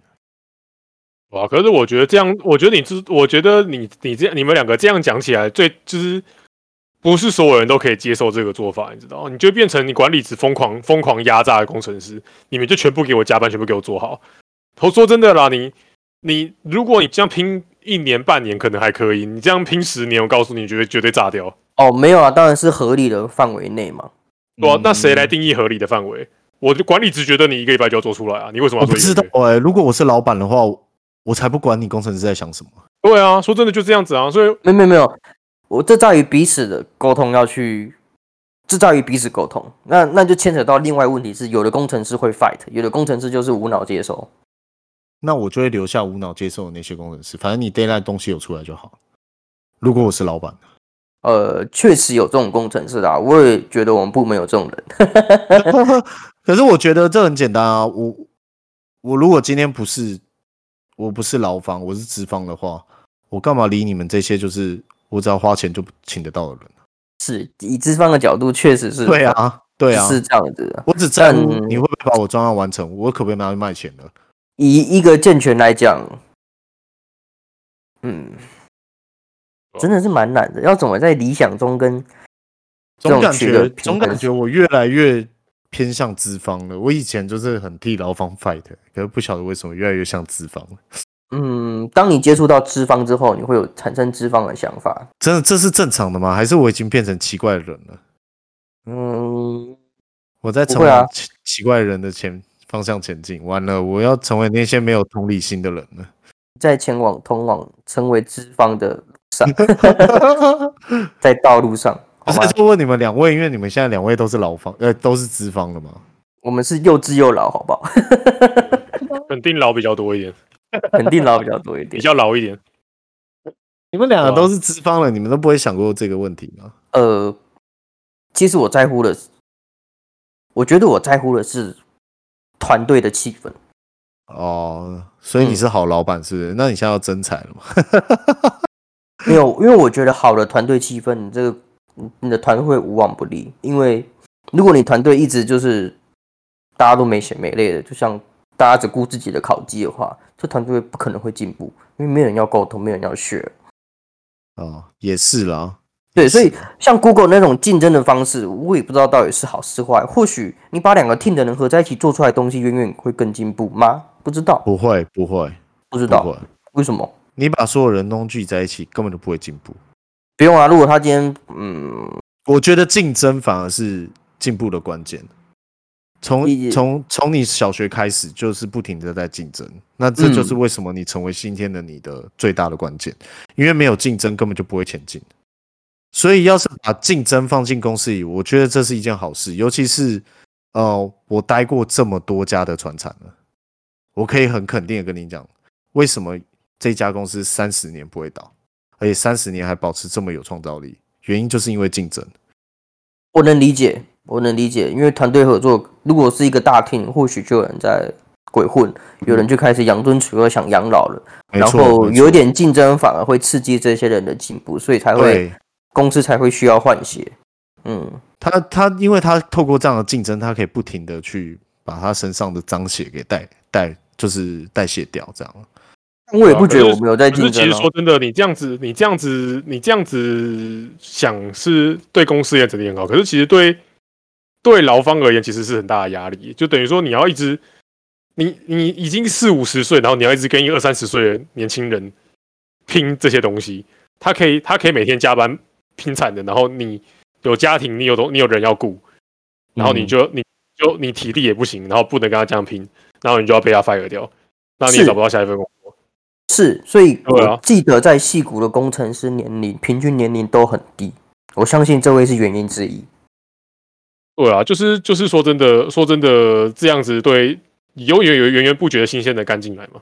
哇，可是我觉得这样，我觉得你这，我觉得你你这你们两个这样讲起来，最就是不是所有人都可以接受这个做法，你知道吗？你就变成你管理只疯狂疯狂压榨的工程师，你们就全部给我加班，全部给我做好。我说真的啦，你你如果你这样拼一年半年可能还可以，你这样拼十年，我告诉你，绝对绝对炸掉。
哦，没有啊，当然是合理的范围内嘛。
对啊，那谁来
嗯？
定义合理的范围？我就管理只觉得你一个礼拜就要做出来啊，你为什么
我
要
不
做一
知
个
道
月？
哎、如果我是老板的话，我我才不管你工程师在想什么。
对啊，说真的就这样子啊，所以
没有没有没有，我这在于彼此的沟通要去，这在于彼此沟通。那那就牵扯到另外问题是，有的工程师会 fight，有的工程师就是无脑接收。
那我就会留下无脑接受的那些工程师。反正你 d a y l i g h t 东西有出来就好。如果我是老板，
呃，确实有这种工程师啦，啊我也觉得我们部门有这种人。
可是我觉得这很简单啊。我我如果今天不是我不是劳方，我是资方的话，我干嘛理你们这些？就是我只要花钱就请得到的人。
是以资方的角度，确实是
对，啊，对啊，
是这样子的。
我只在乎
但
你会不会把我专案完成，我可不可以拿去卖钱了？
以一个健全来讲，嗯，真的是蛮难的。要怎么在理想中跟这
总
种
感
取得
觉
平
总
衡
感觉我越来越偏向资方了。我以前就是很替劳方 fight，可是不晓得为什么越来越像资方了。
嗯，当你接触到脂肪之后，你会有产生脂肪的想法。
真的这是正常的吗？还是我已经变成奇怪的人了？
嗯，
我在成
不
为
会啊
奇奇怪人的前方向前进。完了，我要成为那些没有同理心的人 了。
在前往通往成为脂肪的路上，在道 路上，
我
好吗
是？就问你们两位，因为你们现在两位都是老方，呃，都是资方了嘛？
我们是又智又老，好 不好？
肯定老比较多一点，
肯定老比较多一
比
点。
较老一点。
你们两个
对啊
都是资方了，你们都不会想过这个问题吗？
呃，其实我在乎的是，我觉得我在乎的是团队的气氛。
哦，所以你
嗯
是好老板，是不是？那你现在要增财了吗？
没有，因为我觉得好的团队气氛，你这个你你的团会无往不利。因为如果你团队一直就是大家都没血没泪的，就像大家只顾自己的考绩的话，这团队不可能会进步，因为没有人要沟通，没有人要学。
哦，也是啦。
对，所
也
以
是
像 Google 那种竞争的方式，我也不知道到底是好是坏。或许你把两个 team 的人合在一起做出来的东西，远远会更进步吗？不知道，
不会，不会，
不知
不
道
会。
为什么？
你把所有人都聚在一起，根本就不会进步。
不用啊，如果他今天嗯
我觉得竞争反而是进步的关键。从
也
从从你小学开始，就是不停的在竞争，那这就是
嗯
为什么你成为今天的你的最大的关键，因为没有竞争根本就不会前进。所以，要是把竞争放进公司里，我觉得这是一件好事。尤其是，呃，我待过这么多家的船厂了，我可以很肯定的跟你讲，为什么这家公司三十年不会倒，而且三十年还保持这么有创造力，原因就是因为竞争。
我能理解，我能理解，因为团队合作，如果是一个大 team，或许就有人在鬼混，有人就开始养尊处优，想养老了，
没
然
错
后
没
有
错
点竞争，反而会刺激这些人的进步，所以才会
对
公司才会需要换血。嗯，
他，他因为他透过这样的竞争，他可以不停的去把他身上的脏血给带带，就是代谢掉，这样。
但我也
对啊
不觉
可
得
是
我们有在
可是
竞
其
争、
实
哦
说，真的，你这样子，你这样子，你这样子想是对公司也整体很好，可是其实对对劳方而言，其实是很大的压力，就等于说你要一直，你你已经四五十岁，然后你要一直跟一个二三十岁的年轻人拼这些东西，他可以他可以每天加班拼惨的，然后你有家庭，你有东你有人要顾，然
嗯
后你
嗯
就、你就你体力也不行，然后不能跟他这样拼，然后你就要被他 fire 掉，那你也
是
找不到下一份工作。
是，所以
对啊
我记得在戏骨的工程师年龄平均年龄都很低，我相信这会是原因之一。
对啊，就是就是说真的，说真的，这样子对永远有源源不绝的新鲜的干进来嘛。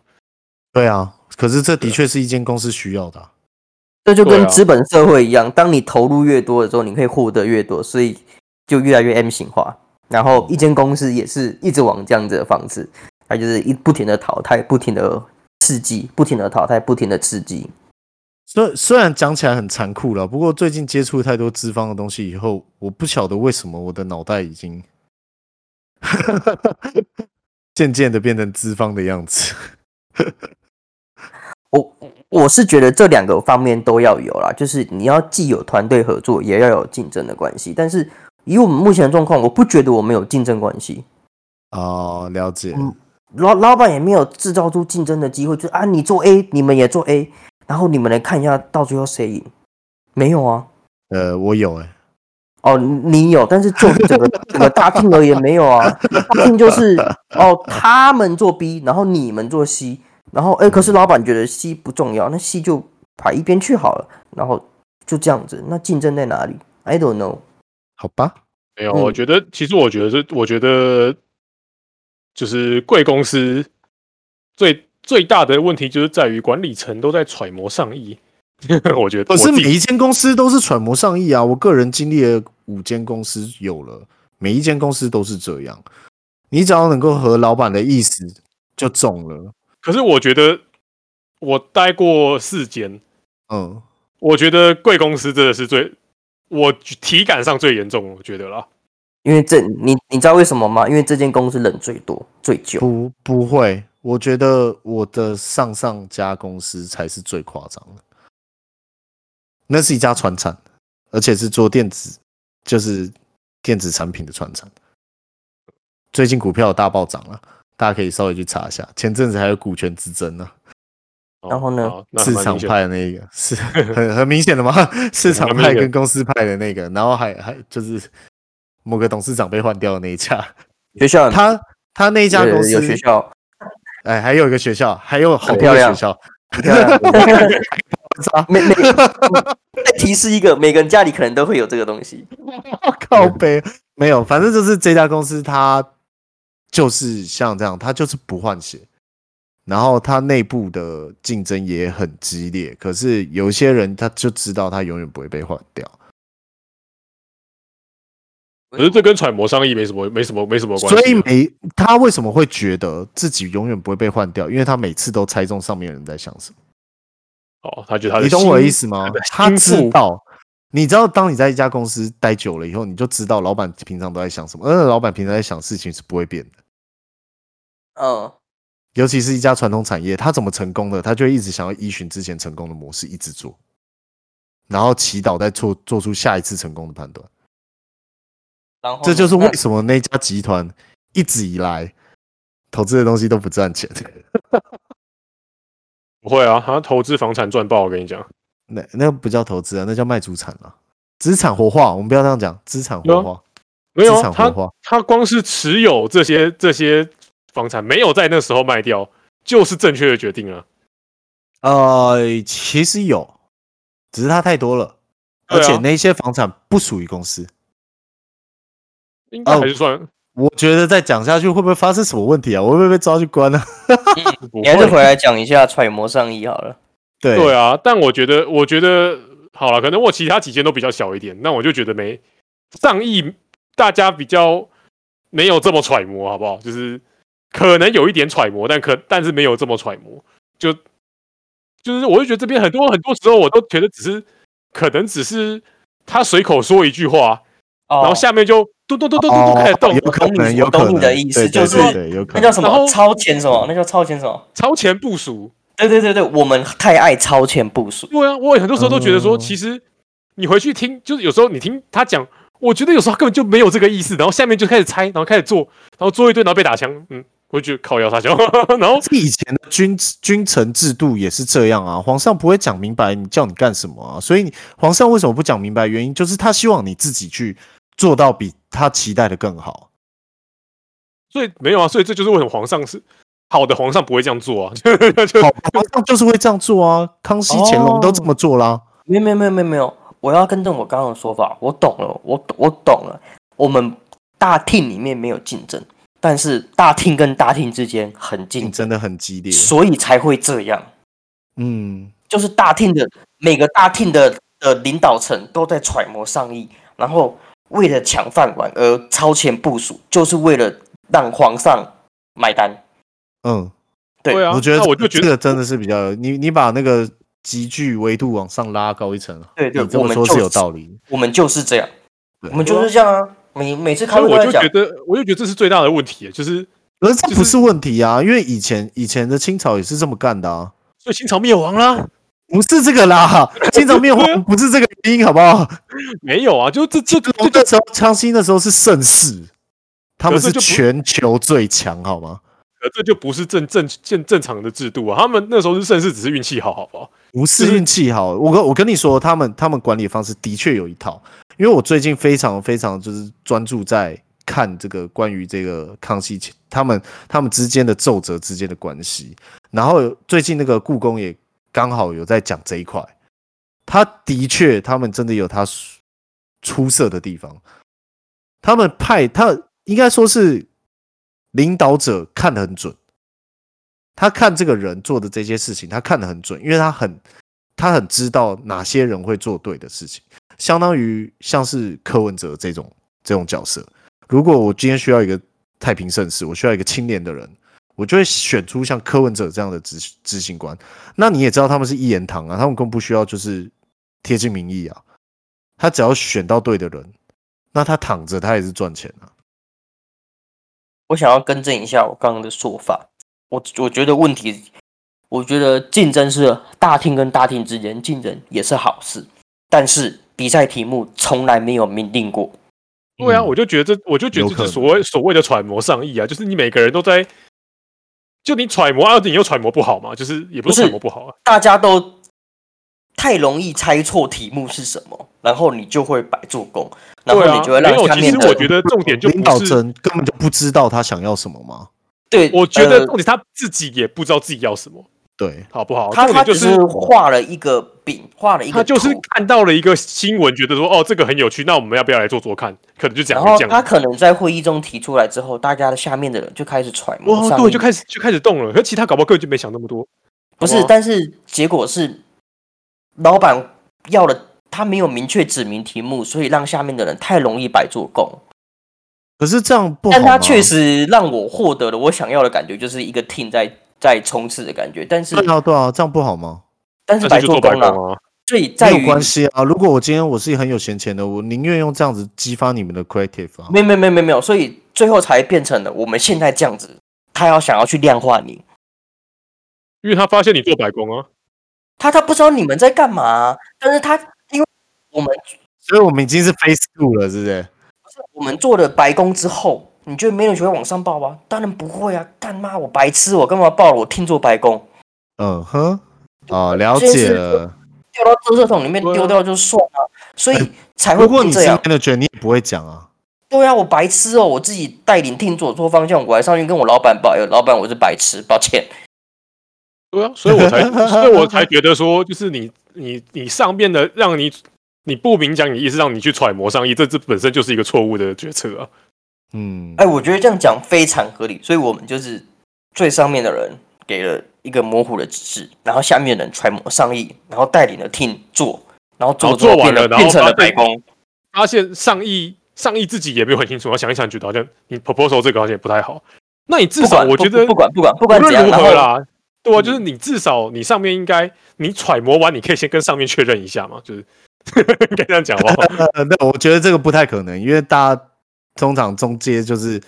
对啊，可是这的确是一间公司需要的啊、
这就
对
跟
啊
资本社会一样，当你投入越多的时候，你可以获得越多，所以就越来越 M 型化。然后一间公司也是一直往这样子的方式，它就是一不停的淘汰，不停的刺激，不停的淘汰，不停的刺激。
虽虽然讲起来很残酷了，不过最近接触太多资方的东西以后，我不晓得为什么我的脑袋已经 渐渐的变成资方的样子。
我我是觉得这两个方面都要有啦，就是你要既有团队合作，也要有竞争的关系。但是以我们目前的状况，我不觉得我们有竞争关系。
哦，了解。
嗯老老板也没有制造出竞争的机会，就是啊，你做 A，你们也做 A，然后你们来看一下到最后谁赢，没有啊？
呃，我有哎、
哦，你你有，但是就 整个整个大厅而言没有啊，大厅就是哦，他们做 B，然后你们做 C，然后哎，可是老板觉得 C 不重要，那 C 就排一边去好了，然后就这样子，那竞争在哪里？I don't know。
好吧，
没有，
嗯
我觉得其实我觉得这，我觉得就是贵公司最最大的问题就是在于管理层都在揣摩 上意。我觉得
可是
我自
每
己
一间公司都是揣摩上意啊！我个人经历了五间公司，有了每一间公司都是这样。你只要能够合老板的意思，就中了。
可是我觉得我待过四间，
嗯，
我觉得贵公司真的是最我体感上最严重，我觉得啦。
因为这你你知道为什么吗？因为这间公司人最多最久，
不不会，我觉得我的上上家公司才是最夸张的。那是一家船厂，而且是做电子，就是电子产品的船厂。最近股票有大暴涨了，大家可以稍微去查一下。前阵子还有股权之争呢、
哦
然后呢
好那还
市
蛮
场
明显
派的那一个是 很很明显的嘛，市场
很明
派
显
跟公司派的那个，然后还还就是某个董事长被换掉的那一家，
学校
他他那一家
有
公司
有 学校，
哎，还有一个学校，还有好
很
多
漂
个
亮
学校，
很漂亮 每 每再提示一个，每个人家里可能都会有这个东西。
靠背没有，反正就是这家公司，它就是像这样，它就是不换血，然后它内部的竞争也很激烈，可是有一些人他就知道他永远不会被换掉，
可是这跟揣摩商议没什么没什么没什么关系啊。
所以每他为什么会觉得自己永远不会被换掉？因为他每次都猜中上面人在想什么，
哦，他觉得他
你
的
懂我的
心
意思吗
他的？
他
心
知
腹
道。你知道，当你在一家公司待久了以后，你就知道老板平常都在想什么，而呃老板平常在想事情是不会变的。
嗯，
尤其是一家传统产业，它怎么成功的，它就会一直想要依循之前成功的模式一直做，然后祈祷再做做出下一次成功的判断。
然
哦
后呢
这就是
那
为什么那家集团一直以来投资的东西都不赚钱。
不会啊，他投资房产赚爆，我跟你讲。
那那不叫投资啊，那叫卖主产啊，资产活化。我们不要这样讲，资产活化，
没有
资
啊，
产
他
活化。
他光是持有这些这些房产，没有在那时候卖掉，就是正确的决定啊。
呃，其实有，只是它太多了，
对
而
啊
且那些房产不属于公司。
应
哦
该还是算、
我觉得再讲下去会不会发生什么问题啊？我会不会被抓去关啊？
不
你还是
会。
回来讲一下揣摩上意好了。
对
对啊，但我觉得，我觉得好了，可能我其他几间都比较小一点，那我就觉得没上亿，大家比较没有这么揣摩，好不好？就是可能有一点揣摩，但可但是没有这么揣摩，就就是我就觉得这边很多很多时候我都觉得只是可能只是他随口说一句话，
哦，
然后下面就咚咚咚咚咚
哦
咚开始动，
有可
我懂
能，
你
有
我懂
可能
你的意思
对对
就是
对对有可
那
能
叫什
然后嗯
么超前什么？那叫超前什么？
超前部署。
对对对对，我们太爱超前部署。
对啊，我很多时候都觉得说，
哦
其实你回去听，就是有时候你听他讲，我觉得有时候他根本就没有这个意思，然后下面就开始猜，然后开始做，然后做一堆，然后被打枪，嗯，我就觉得靠腰撒娇， 然后
这以前的君君臣制度也是这样啊，皇上不会讲明白你叫你干什么啊，所以你皇上为什么不讲明白？原因就是他希望你自己去做到比他期待的更好。
所以没有啊，所以这就是为什么皇上是好的皇上不会这样做啊，
好，皇上就是会这样做啊，康熙、乾隆都这么做
哦
啦。
没有没有没有没有没有，我要更正我刚刚的说法，我懂了，我懂我懂了。我们大厅里面没有竞争，但是大厅跟大厅之间很
竞
竞争，
争的很激烈，
所以才会这样。
嗯，
就是大厅的每个大厅的的领导层都在揣摩上意，然后为了抢饭碗而超前部署，就是为了让皇上买单。
嗯，
对
对啊，
我觉得
那我就觉
这
得
个真的是比较有，你你把那个集距维度往上拉高一层，啊
对对
你这
我
么
们
说是
就
有
是
道理的。
我们就是这样，
对
我们就是这样啊。每每次开
所以
会都
我
在
就
讲
觉，得，我就觉得这是最大的问题，就是
可是这
就
不
是
是问题啊，因为以前以前的清朝也是这么干的啊，
所以清朝灭亡啦，
不是这个 啦，清朝灭
啊
亡不是这个原因，好不好？
没有啊，就这这这
那时候康熙那时候是盛世，他们
可是
是
就不
全球最强，好吗？
这这就不是正正正正常的制度啊，他们那时候是甚至只是运气好，好不好？
不是运气好，我跟我跟你说，他们他们管理方式的确有一套，因为我最近非常非常就是专注在看这个关于这个康熙前他们他们之间的奏折之间的关系，然后最近那个故宫也刚好有在讲这一块，他的确他们真的有他出出色的地方，他们派他应该说是领导者看得很准，他看这个人做的这些事情，他看得很准，因为他很他很知道哪些人会做对的事情，相当于像是柯文哲这种这种角色。如果我今天需要一个太平盛世，我需要一个清廉的人，我就会选出像柯文哲这样的执执行官。那你也知道他们是一言堂啊，他们更不需要就是贴近民意啊，他只要选到对的人，那他躺着他也是赚钱啊。
我想要更正一下我刚刚的说法。我我觉得问题，我觉得竞争是大厅跟大厅之间竞争也是好事，但是比赛题目从来没有明定过。
对啊，
嗯
我就觉得这，我就觉得
有
这
可
就
能
是所谓所谓的揣摩上意啊，就是你每个人都在，就你揣摩啊，你又揣摩不好嘛，就是也不
不
是
是
揣摩不好啊，
大家都太容易猜错题目是什么，然后你就会白做工，然
对
后
啊
你就会，
没
让
有。
下
其
面
实
的嗯
我觉得重点就
领导
不是，
层根本就不知道他想要什么嘛。
对，
我觉得
呃
重点是他自己也不知道自己要什么，
对，
好不好？
他
重
他
点
只
就是
是画了一个饼，画了一个
他就是
图
看到了一个新闻，觉得说哦这个很有趣，那我们要不要来做做看？可能就讲
然
这
后
样。
他可能在会议中提出来之后，大家的下面的人就开始揣摩
哇，
上
对，
面
就开始哦就开始动了。可是其他搞不好根本就没想那么多。好
不是，
不好
但是结果是老板要了，他没有明确指明题目，所以让下面的人太容易白做工。
可是这样不好
但
吗。
他确实让我获得了我想要的感觉，就是一个 team 在在冲刺的感觉。但是
对啊对啊，这样不好吗？
但是
那
白
就做
做
白
工了、
工啊！
所以在
没有
于
关系啊。如果我今天我是很有闲钱的，我宁愿用这样子激发你们的 creative 啊。
没没没没没有，所以最后才变成了我们现在这样子。他要想要去量化你，
因为他发现你做白工啊，
他他不知道你们在干嘛、啊但是他因为我们
所以我们已经是 face two 了，是不是？
我们做了白工之后，你觉得没人学会往上报吗？当然不会啊！干妈，我白痴，我干嘛报了？我听做白工，
嗯哼，哦，了
这件
解
事
了。
丢到垃圾桶里面
对啊
丢掉就算了，所以才会
如果哎
变
你
这
是
样。
manager，你也不会讲啊。
对啊，我白痴哦，我自己带领听做错方向，我还上去跟我老板抱怨，老板我是白痴，抱歉。
对啊，所以我才所以我才觉得说，就是你你你上面的让你你不明讲你意思，让你去揣摩上意，这这本身就是一个错误的决策啊。
嗯，
哎，我觉得这样讲非常合理，所以我们就是最上面的人给了一个模糊的指示，然后下面的人揣摩上意，然后带领了听做，然后
然
做
后做
之后
完
变
了
得
然后
变成了
发现
白工。
发现上意上意自己也没有很清楚，然后想一想觉得好像你 proposal 这个好像也不太好。那你至
不
少
管
我
不
觉得
不管不管不
无
管怎
论
样，
如
然
何
后嗯
啦，对啊，就是你至少你上面应该你揣摩完，你可以先跟上面确认一下嘛，就是 应该这样讲吧。
呃，那我觉得这个不太可能，因为大家通常中介就是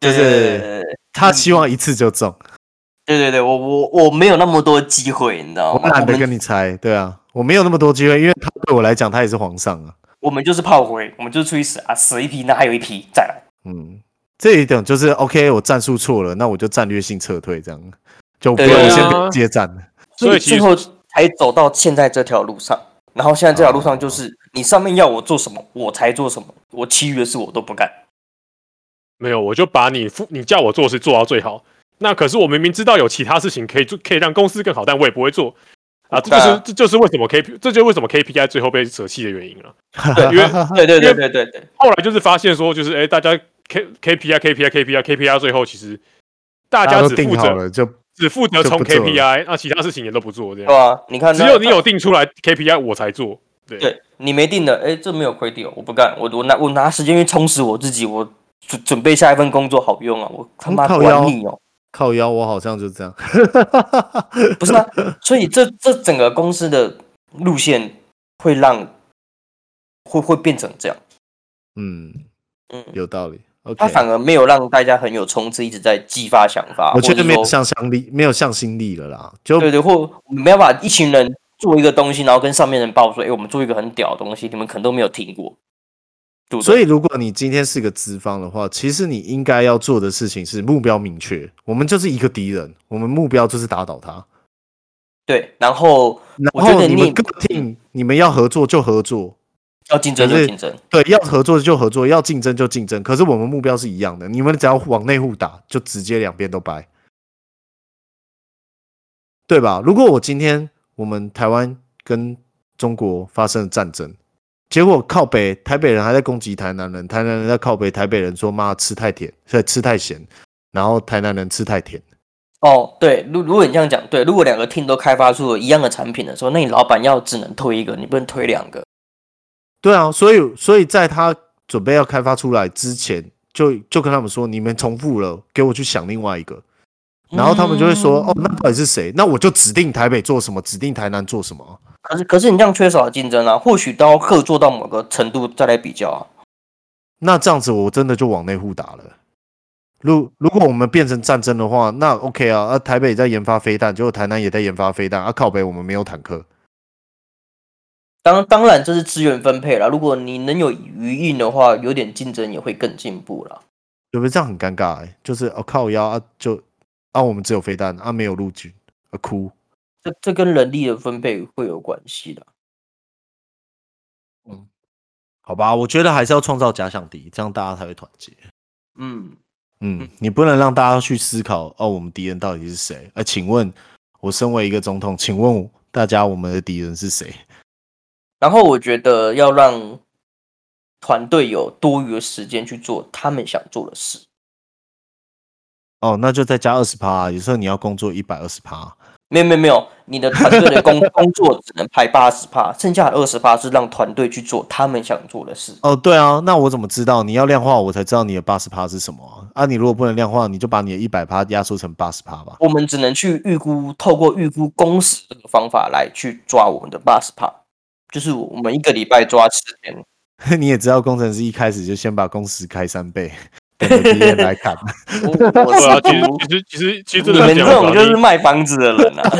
就
对对嗯
是
对
他希望一次就中，
对对对，我我我没有那么多机会，你知道吗？
我懒得
们
跟你猜，对啊，我没有那么多机会，因为他对我来讲他也是皇上啊，
我们就是炮灰，我们就是出去死啊，死一批，那还有一批再来。
嗯，这一点就是 OK，我战术错了，那我就战略性撤退，这样就不
对
用
对
我
对
先
啊
不用接战了，
所以其
最
实
后才走到现在这条路上。然后现在这条路上就是你上面要我做什么，我才做什么，我其余的事我都不干。
没有，我就把你付你叫我做的事做到最好。那可是我明明知道有其他事情可以做，可以让公司更好，但我也不会做啊。这就是这就是为什么 K P 这就是为什么 KPI 最后被舍弃的 原因了。因为
对对对对对对，
后来就是发现说，就是哎、大家 K KPI KPI KPI KPI 最后其实大
大
家
都
只
定
负
好
责
了，就
只负责
就不
冲
做了
KPI，那其他事情也都不做，这
对
样
吧？你看
只
哦那，
有你有定出来 KPI 我才做。对啊
对你没定的，哎，这没有 credit，哦我不干，我我拿我拿时间去充实我自己，我准准备下一份工作好用啊，我他妈
靠
管
腰
你哦。
靠腰，我好像就这样，
不是啊，所以这这整个公司的路线会让会会变成这样，
嗯，
嗯，
有道理，OK，
它反而没有让大家很有冲刺，一直在激发想法，
我觉
或
得
者
没有
说
向心力，没有向心力了啦，就
对对，或我们没有办法一群人做一个东西，然后跟上面人报说，哎，我们做一个很屌的东西，你们可能都没有听过，对不对
所以，如果你今天是个资方的话，其实你应该要做的事情是目标明确。我们就是一个敌人，我们目标就是打倒他。
对，然后我
然
觉
后
得
你
你
们各 team，你们要合作就合作，
要竞争
可
就是竞争，
对，要合作就合作，要竞争就竞争。可是我们目标是一样的，你们只要往内互打，就直接两边都掰，对吧？如果我今天我们台湾跟中国发生了战争，结果靠北台北人还在攻击台南人，台南人在靠北台北人说妈吃太甜，所以吃太咸，然后台南人吃太甜，
哦，对，如如果你这样讲，对，如果两个 team 都开发出了一样的产品的时候，那你老板要只能推一个，你不能推两个。
对啊，所以所以在他准备要开发出来之前，就就跟他们说，你们重复了，给我去想另外一个。然后他们就会说，哦，那到底是谁？那我就指定台北做什么，指定台南做什么啊。
可是可是你这样缺少了竞争啊，或许都要各做到某个程度再来比较啊。
那这样子我真的就往内互打了。如如果我们变成战争的话，那 OK 啊，啊台北在研发飞弹，结果台南也在研发飞弹，啊靠北我们没有坦克，
当当然这是资源分配啦，如果你能有余韵的话，有点竞争也会更进步啦。
对不对？这样很尴尬、欸，就是哦靠腰啊就啊我们只有飞弹啊没有陆军啊哭，
这这跟人力的分配会有关系的。
好吧，我觉得还是要创造假想敌，这样大家才会团结。
嗯，
嗯
嗯，
你不能让大家去思考哦，我们敌人到底是谁？呃，请问，我身为一个总统，请问大家我们的敌人是谁？
然后我觉得要让团队有多余的时间去做他们想做的事。
哦，那就再加二十趴，啊有时候你要工作一百二十趴。
没有没有没有，你的团队的工工作只能排八十趴，剩下的二十趴是让团队去做他们想做的事。
哦，对啊，那我怎么知道？你要量化，我才知道你的八十趴是什么啊啊！你如果不能量化，你就把你的一百趴压缩成八十趴吧。
我们只能去预估，透过预估工时这个方法来去抓我们的八十趴，就是我们一个礼拜抓十天。
你也知道，工程师一开始就先把工时开三倍，等着敌人来砍。
我我
对啊，
是
其实
不
其实其实其实这
你
样
们这
讲
种
法
就是
你
卖房子的人 啊！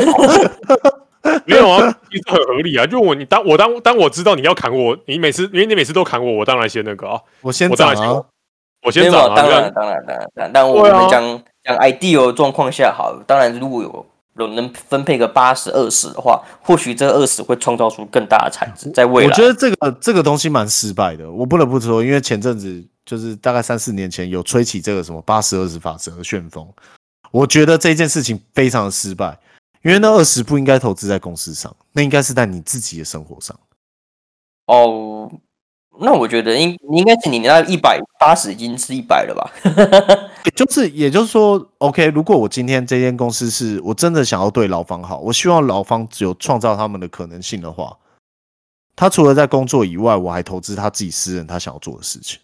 没有啊，其实很合理啊。就我你当我当当我知道你要砍我，你每次因为你每次都砍我，我当然先那个啊，
我先
我
涨
当然先
啊！
我
没
先
有
涨啊，
当
对
然
啊，
当然当然当然，但我
对啊
们讲讲 ideal 的状况下好了，当然如果有有能分配个八十二十的话，或许这二十会创造出更大的产值，在未
我
来。
觉得这个这个东西蛮失败的，我不得不说，因为前阵子就是大概三四年前有吹起这个什么八十二十法则的旋风，我觉得这件事情非常的失败，因为那二十不应该投资在公司上，那应该是在你自己的生活上。
哦，那我觉得应应该是你那一百八十已经是一百了吧？
也就是也就是说，OK，如果我今天这间公司是我真的想要对劳方好，我希望劳方只有创造他们的可能性的话，他除了在工作以外，我还投资他自己私人他想要做的事情。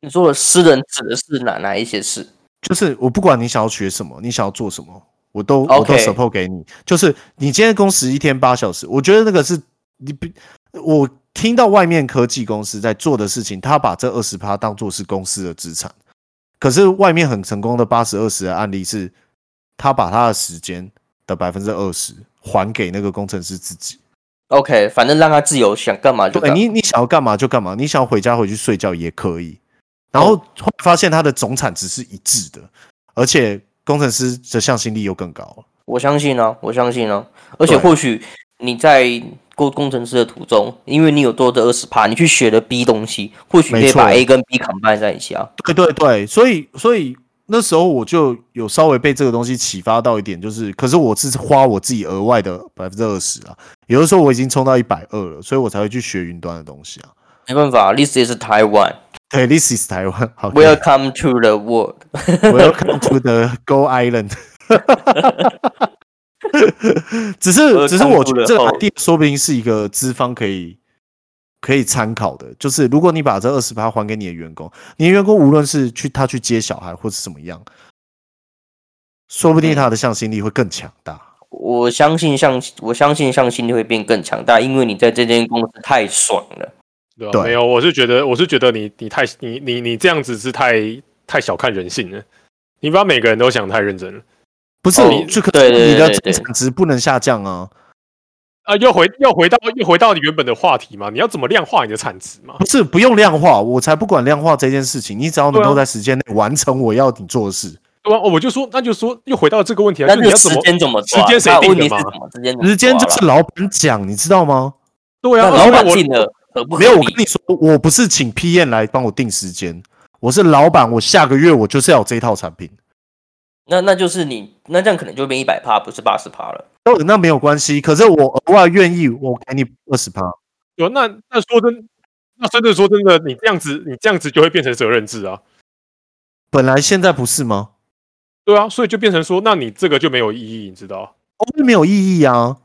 你说的私人指的是哪哪一些事？
就是我不管你想要学什么，你想要做什么，我都我都
OK
support 给你。就是你今天工时一天八小时，我觉得那个是你不，我听到外面科技公司在做的事情，他把这二十趴当做是公司的资产。可是外面很成功的八十二十的案例是，他把他的时间的百分之二十还给那个工程师自己。
OK，反正让他自由想干嘛就
对
干嘛。
你，你想要干嘛就干嘛，你想要回家回去睡觉也可以。然后后来发现它的总产值是一致的，而且工程师的向心力又更高了。
我相信啊，我相信啊，而且
对
或许你在过工程师的途中，因为你有多这二十趴，你去学了 B 东西，或许可
没
以
错
把 A 跟 B combine 在一起啊。
对对对，所以所以那时候我就有稍微被这个东西启发到一点，就是可是我是花我自己额外的百分之二十啊，有的时候我已经冲到一百二了，所以我才会去学云端的东西啊。
没办法，This is Taiwan.
对，This is 台湾，好
Welcome to the world.
Welcome to the Go Island 。只是，只是我觉得这个
哦
idea 说不定是一个资方可以可以参考的，就是如果你把这二十趴还给你的员工，你的员工无论是去他去接小孩或是怎么样，说不定他的向心力会更强大。
我相信向，我相信向心力会变更强大，因为你在这间公司太爽了。
对
对
啊，没有，我是觉得我是觉得你你太你你你这样子是太太小看人性了，你把每个人都想太认真了
不是
哦
你，就可
对对对
你的
对对
产值不能下降啊！
啊！又回又回到又回到你原本的话题嘛，你要怎么量化你的产值嘛？
不是不用量化，我才不管量化这件事情，你只要能够
对啊
在时间内完成我要你做的事，
对吧、哦我就说那就说又回到这个问题啊，
但
就是你
是
要怎
时
么
间怎么抓？
时间谁
那
定
问
的
题是
嘛
什么？时间怎么
时间
抓
就是
啦
老板讲，你知道吗？
对啊
那？老
为什
板
么我
定的合不合
没有，我
理
跟你说，我不是请 PM 来帮我定时间，我是老板，我下个月我就是要有这一套产品。
那那就是你那这样可能就变一百趴，不是八十趴了。
那那没有关系，可是我额外愿意，我给你二十趴。
对啊那那说真，那真的说真的，你这样子你这样子就会变成责任制啊，
本来现在不是吗？
对啊，所以就变成说，那你这个就没有意义，你知道？
哦，没有意义啊，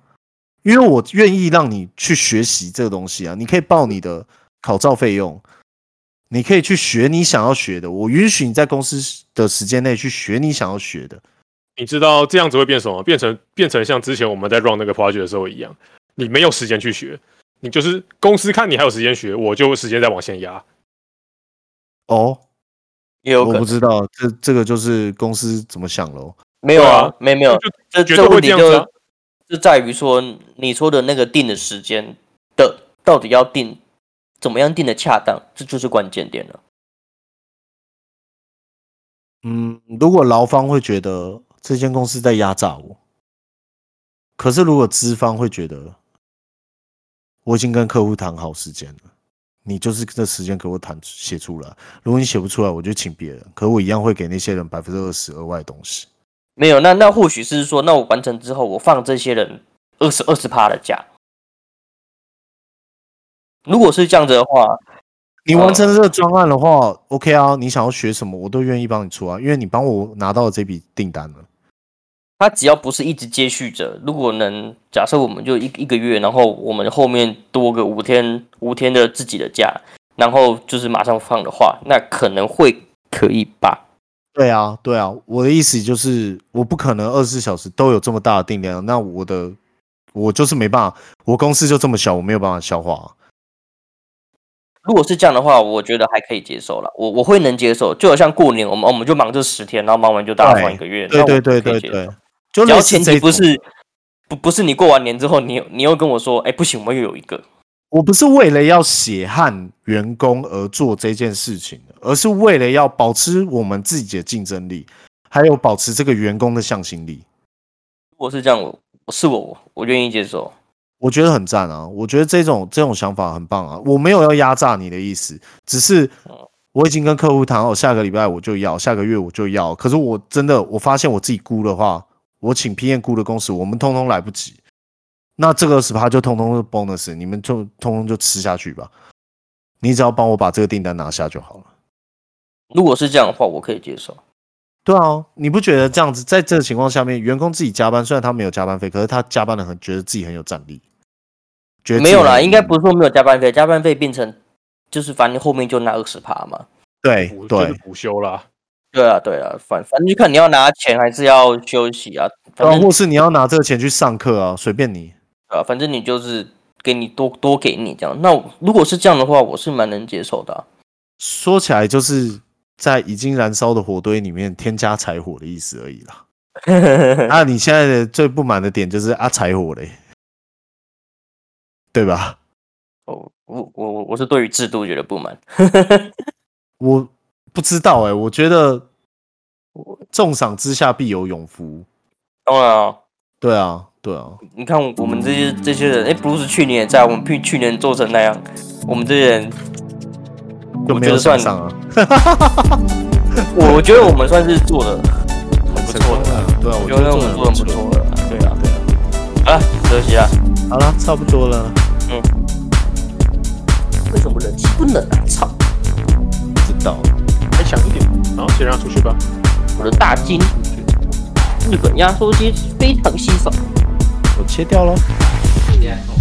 因为我愿意让你去学习这个东西啊，你可以报你的考照费用，你可以去学你想要学的，我允许你在公司的时间内去学你想要学的。
你知道这样子会变什么？变成变成像之前我们在 run 那个 project 的时候一样，你没有时间去学，你就是公司看你还有时间学，我就时间再往前压。
哦，
也有
我
可
不
能
知道，这这个就是公司怎么想喽。
没有
对
啊
啊，
没有没有，这
绝
这
对
问
会
题
这样子啊
就就在于说你说的那个定的时间的到底要定怎么样定的恰当，这就是关键点了。
嗯，如果劳方会觉得这间公司在压榨我，可是如果资方会觉得，我已经跟客户谈好时间了，你就是这时间给我谈写出来。如果你写不出来，我就请别人，可我一样会给那些人百分之二十额外的东西。
没有，那那或许是说，那我完成之后，我放这些人二十二十趴的假。如果是这样子的话，
你完成这个专案的话、o k 啊，你想要学什么，我都愿意帮你出啊，因为你帮我拿到了这笔订单了。
他只要不是一直接续着，如果能假设我们就一一个月，然后我们后面多个五天五天的自己的假，然后就是马上放的话，那可能会可以吧？
对啊，对啊，我的意思就是，我不可能二十四小时都有这么大的定量，那我的我就是没办法，我公司就这么小，我没有办法消化啊、
如果是这样的话，我觉得还可以接受了，我我会能接受。就好像过年，我们我们就忙这十天，然后忙完就大家放一个月，
对
那我
对对
可以
对
接受
对，就
只
类
要
似
前
这
提不
种
是不不是你过完年之后，你又你又跟我说，哎、不行，我们又有一个，
我不是为了要血汗员工而做这件事情的，而是为了要保持我们自己的竞争力，还有保持这个员工的向心力。
如果是这样，我我是我我我愿意接受。
我觉得很赞啊！我觉得这种这种想法很棒啊！我没有要压榨你的意思，只是
哦
我已经跟客户谈好，下个礼拜我就要，下个月我就要。可是我真的我发现我自己估的话，我请 PM 估的公司，我们通通来不及。那这个十趴就通通是 bonus，你们就通通就吃下去吧。你只要帮我把这个订单拿下就好了。
如果是这样的话，我可以接受。
对啊，你不觉得这样子，在这个情况下面，员工自己加班，虽然他没有加班费，可是他加班的很，觉得自己很有战力。觉得自己
没有啦，
很
应该不是说没有加班费，加班费变成就是反正后面就拿二十趴嘛。
对
补就
对
是，补休啦。
对啊，对啊，反反正就看你要拿钱还是要休息啊，反
啊，
正、
或是你要拿这个钱去上课啊，随便你。
啊，反正你就是给你多多给你这样。那我如果是这样的话，我是蛮能接受的啊、
说起来就是在已经燃烧的火堆里面添加柴火的意思而已啦。啊，你现在的最不满的点就是啊柴火嘞，对吧？
哦，我我我我是对于制度觉得不满。
我不知道哎、我觉得重赏之下必有勇夫。
当然啊，
对啊，对啊，
你看我们这些这些人，哎，Bruce 去年也在，我们去去年做成那样，我们这些人，
就
我
没
觉
有
得
想
算，
上啊，
我我觉得我们算是做的很不
成
错
功
的
了
啊，。
对啊，
我
我
觉
觉得
得我们做的不
做得
错了啊，对啊，好了，休息啊，
好了，差不多了，
为什么冷气不冷啊？操！
不知道了。
再强一点，然后先让他出去吧。
我的大金，日本压缩机非常稀少。
我切掉喽。
Yeah.